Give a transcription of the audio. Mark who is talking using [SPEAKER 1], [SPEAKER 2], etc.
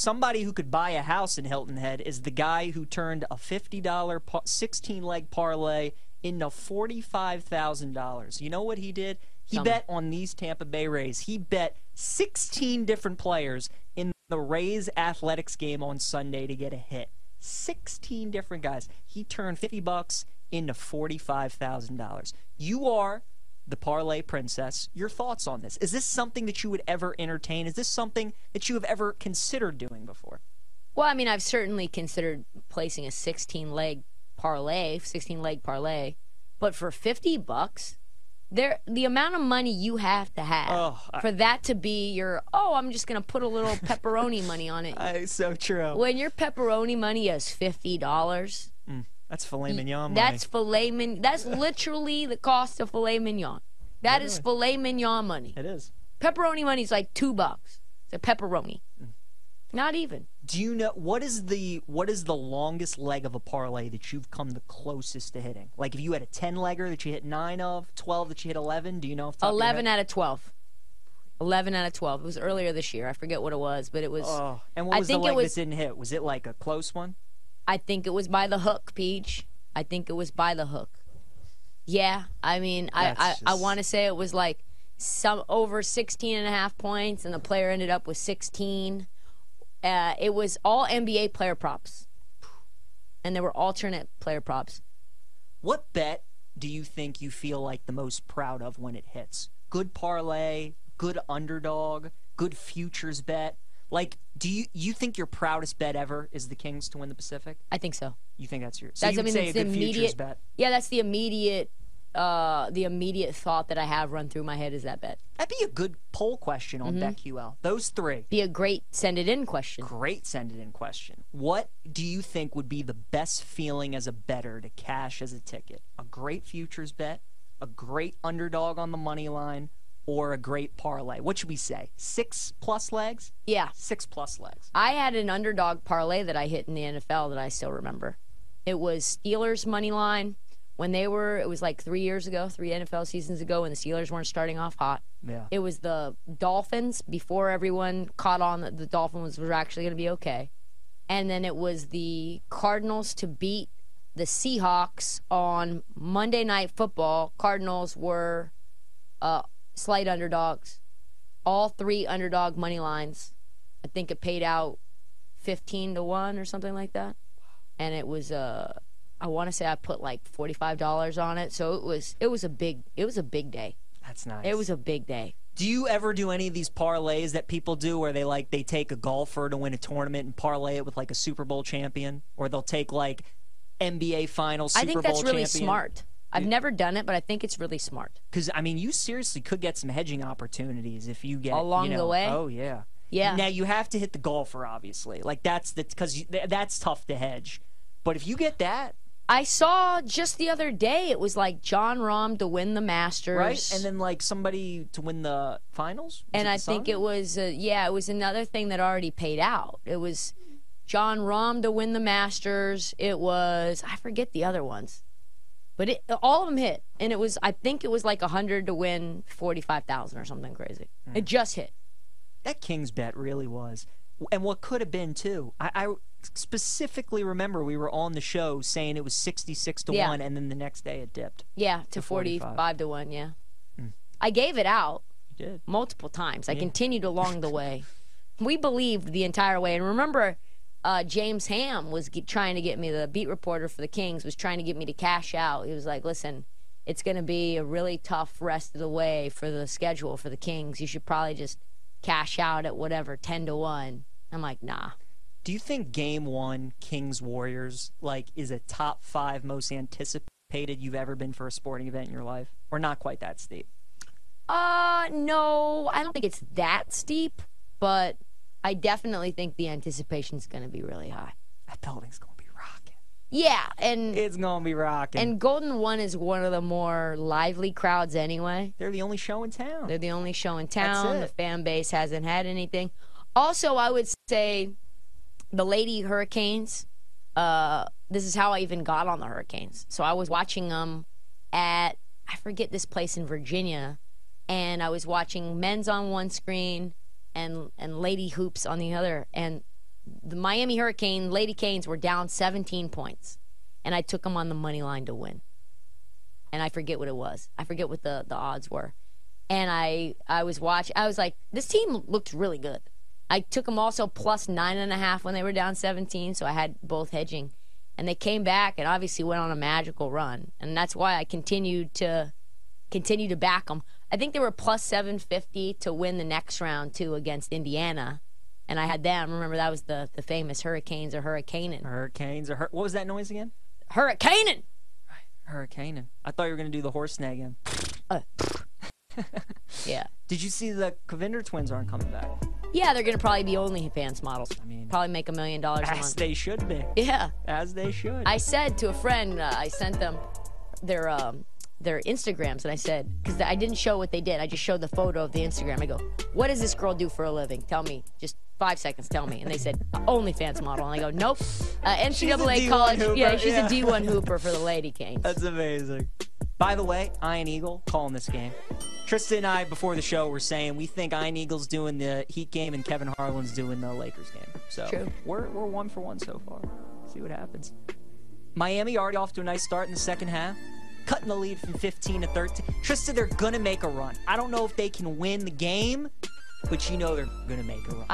[SPEAKER 1] somebody who could buy a house in Hilton Head is the guy who turned a $50 par- 16 leg parlay into $45,000. You know what he did? He
[SPEAKER 2] Tell me.
[SPEAKER 1] bet on these Tampa Bay Rays. He bet 16 different players in the Rays athletics game on Sunday to get a hit. 16 different guys. He turned 50 bucks into $45,000. You are the parlay princess. Your thoughts on this? Is this something that you would ever entertain? Is this something that you have ever considered doing before?
[SPEAKER 2] Well, I mean, I've certainly considered placing a 16 leg parlay, 16 leg parlay, but for 50 bucks, there the amount of money you have to have
[SPEAKER 1] Oh, I-
[SPEAKER 2] for that to be your oh, I'm just going to put a little pepperoni money on it.
[SPEAKER 1] so true.
[SPEAKER 2] when your pepperoni money is $50,
[SPEAKER 1] That's filet mignon.
[SPEAKER 2] Mm, that's filet mignon. That's literally the cost of filet mignon. That is filet mignon money.
[SPEAKER 1] money. it is.
[SPEAKER 2] Pepperoni money is like 2 bucks. It's a pepperoni.
[SPEAKER 1] Mm.
[SPEAKER 2] Not even.
[SPEAKER 1] Do you know what is the what is the longest leg of a parlay that you've come the closest to hitting? Like if you had a ten legger that you hit nine of, twelve that you hit eleven. Do you know? Off the top of your head?
[SPEAKER 2] 11 out of 12. 11 out of 12. It was earlier this year. I forget what it was, but it was.
[SPEAKER 1] Oh, and what
[SPEAKER 2] I
[SPEAKER 1] was
[SPEAKER 2] think
[SPEAKER 1] the
[SPEAKER 2] it
[SPEAKER 1] leg
[SPEAKER 2] was-
[SPEAKER 1] that didn't hit? Was it like a close one?
[SPEAKER 2] I think it was by the hook, Peach. I think it was by the hook. Yeah, I mean, I,
[SPEAKER 1] That's
[SPEAKER 2] I, I
[SPEAKER 1] just-
[SPEAKER 2] want to say it was like some over 16 and a half points, and the player ended up with 16. Uh, it was all NBA player props, and there were alternate player props.
[SPEAKER 1] What bet do you think you feel like the most proud of when it hits? Good parlay, good underdog, good futures bet. Like, do you you think your proudest bet ever is the Kings to win the Pacific?
[SPEAKER 2] I think so.
[SPEAKER 1] You think that's your? So
[SPEAKER 2] That's-
[SPEAKER 1] you
[SPEAKER 2] I
[SPEAKER 1] would
[SPEAKER 2] mean,
[SPEAKER 1] say a
[SPEAKER 2] it's the
[SPEAKER 1] good futures
[SPEAKER 2] immediate-
[SPEAKER 1] bet.
[SPEAKER 2] Yeah, that's the immediate, uh, the immediate thought that I have run through my head is that bet.
[SPEAKER 1] That'd be a good poll question on
[SPEAKER 2] Mm-hmm.
[SPEAKER 1] BetQL. Those three.
[SPEAKER 2] be a great send it in question.
[SPEAKER 1] Great send it in question. What do you think would be the best feeling as a better to cash as a ticket? A great futures bet, a great underdog on the money line, or a great parlay? What should we say? Six plus legs?
[SPEAKER 2] Yeah.
[SPEAKER 1] Six plus legs.
[SPEAKER 2] I had an underdog parlay that I hit in the NFL that I still remember. It was Steelers money line when they were it was like 3 years ago, 3 NFL seasons ago when the Steelers weren't starting off hot.
[SPEAKER 1] Yeah.
[SPEAKER 2] It was the Dolphins before everyone caught on that the Dolphins were actually going to be okay. And then it was the Cardinals to beat the Seahawks on Monday Night Football. Cardinals were uh, slight underdogs. All three underdog money lines. I think it paid out 15 to 1 or something like that. And it was uh I want to say I put like $45 on it. So it was it was a big it was a big day.
[SPEAKER 1] That's nice.
[SPEAKER 2] It was a big day.
[SPEAKER 1] Do you ever do any of these parlays that people do where they like they take a golfer to win a tournament and parlay it with like a Super Bowl champion? Or they'll take like NBA finals Super
[SPEAKER 2] I think
[SPEAKER 1] Bowl
[SPEAKER 2] that's really
[SPEAKER 1] champion?
[SPEAKER 2] smart. I've never done it, but I think it's really smart.
[SPEAKER 1] Because I mean, you seriously could get some hedging opportunities if you get
[SPEAKER 2] Along
[SPEAKER 1] you
[SPEAKER 2] the
[SPEAKER 1] know-
[SPEAKER 2] way?
[SPEAKER 1] Oh yeah,
[SPEAKER 2] Yeah.
[SPEAKER 1] Now you have to hit the golfer, obviously. Like that's the because th- that's tough to hedge. But if you get that
[SPEAKER 2] I saw just the other day it was like John Rom to win the Masters.
[SPEAKER 1] right, and then like somebody to win the finals, Was
[SPEAKER 2] and
[SPEAKER 1] it
[SPEAKER 2] I
[SPEAKER 1] the
[SPEAKER 2] think
[SPEAKER 1] Sun?
[SPEAKER 2] it was uh, yeah, it was another thing that already paid out. It was John Rahm to win the Masters. It was I forget the other ones, but it, all of them hit, and it was I think it was like hundred to win forty five thousand or something crazy.
[SPEAKER 1] Hmm.
[SPEAKER 2] It just hit.
[SPEAKER 1] that Kings bet really was, and what could have been too. I, I specifically remember we were on the show saying it was sixty six to
[SPEAKER 2] Yeah.
[SPEAKER 1] one, and then the next day it dipped.
[SPEAKER 2] Yeah, to, forty
[SPEAKER 1] 45.
[SPEAKER 2] five to one. Yeah,
[SPEAKER 1] Hmm.
[SPEAKER 2] I gave it out
[SPEAKER 1] You did.
[SPEAKER 2] multiple times. I continued along the way. we believed the entire way. And remember, uh, James Ham was ge trying to get me, the beat reporter for the Kings was trying to get me to cash out. He was like, listen, it's going to be a really tough rest of the way for the schedule for the Kings. You should probably just cash out at whatever, 10 to 1. I'm like, nah.
[SPEAKER 1] Do you think Game One Kings Warriors like is a top five most anticipated you've ever been for a sporting event in your life, or not quite that steep?
[SPEAKER 2] Uh, no, I don't think it's that steep, but I definitely think the anticipation's going to be really high.
[SPEAKER 1] That building's gonna be rocking.
[SPEAKER 2] Yeah, and
[SPEAKER 1] It's gonna be rocking.
[SPEAKER 2] And Golden One is one of the more lively crowds anyway.
[SPEAKER 1] they're the only show in town.
[SPEAKER 2] They're the only show in town. The
[SPEAKER 1] Oh. it.
[SPEAKER 2] fan base hasn't had anything. Also, I would say the Lady Hurricanes. Uh, this is how I even got on the Hurricanes. So I was watching them at I forget this place in Virginia, and I was watching men's on one screen and and lady hoops on the other, and the Miami Hurricane Lady Canes were down 17 points, and I took them on the money line to win. And I forget what it was. I forget what the, the odds were. And I I was watching. I was like, this team looked really good. I took them also plus nine and a half when they were down 17, so I had both hedging. And they came back and obviously went on a magical run, and that's why I continued to continue to back them. I think they were plus 750 to win the next round too against Indiana, and I had them. Remember that was the the famous Hurricanes or Hurricaning.
[SPEAKER 1] Hurricanes or hur- what was that noise again?
[SPEAKER 2] Hurricaning.
[SPEAKER 1] Hurricaning. I thought you were gonna do the horse snagging.
[SPEAKER 2] Yeah.
[SPEAKER 1] Did you see the Covinder twins aren't coming back?
[SPEAKER 2] Yeah, they're gonna probably be OnlyFans models.
[SPEAKER 1] I mean,
[SPEAKER 2] Probably make a million dollars a
[SPEAKER 1] as
[SPEAKER 2] month.
[SPEAKER 1] they should be.
[SPEAKER 2] Yeah.
[SPEAKER 1] As they should.
[SPEAKER 2] I said to a friend, uh, I sent them their um, their Instagrams, and I said because I didn't show what they did. I just showed the photo of the Instagram. I go, "What does this girl do for a living? Tell me, just five seconds. Tell me." And they said, "OnlyFans model." And I go, "Nope, uh, NCAA
[SPEAKER 1] D1
[SPEAKER 2] college. Yeah,
[SPEAKER 1] hooper,
[SPEAKER 2] she's
[SPEAKER 1] yeah.
[SPEAKER 2] a D1 hooper for the Lady Kings."
[SPEAKER 1] That's amazing. By the way, Iron Eagle calling this game. Tristan and I before the show were saying we think Iron Eagle's doing the Heat game and Kevin Harlan's doing the Lakers game. So
[SPEAKER 2] True.
[SPEAKER 1] we're we're one for one so far. See what happens. Miami already off to a nice start in the second half, cutting the lead from 15 to 13. Tristan, they're gonna make a run. I don't know if they can win the game, but you know they're gonna make a run.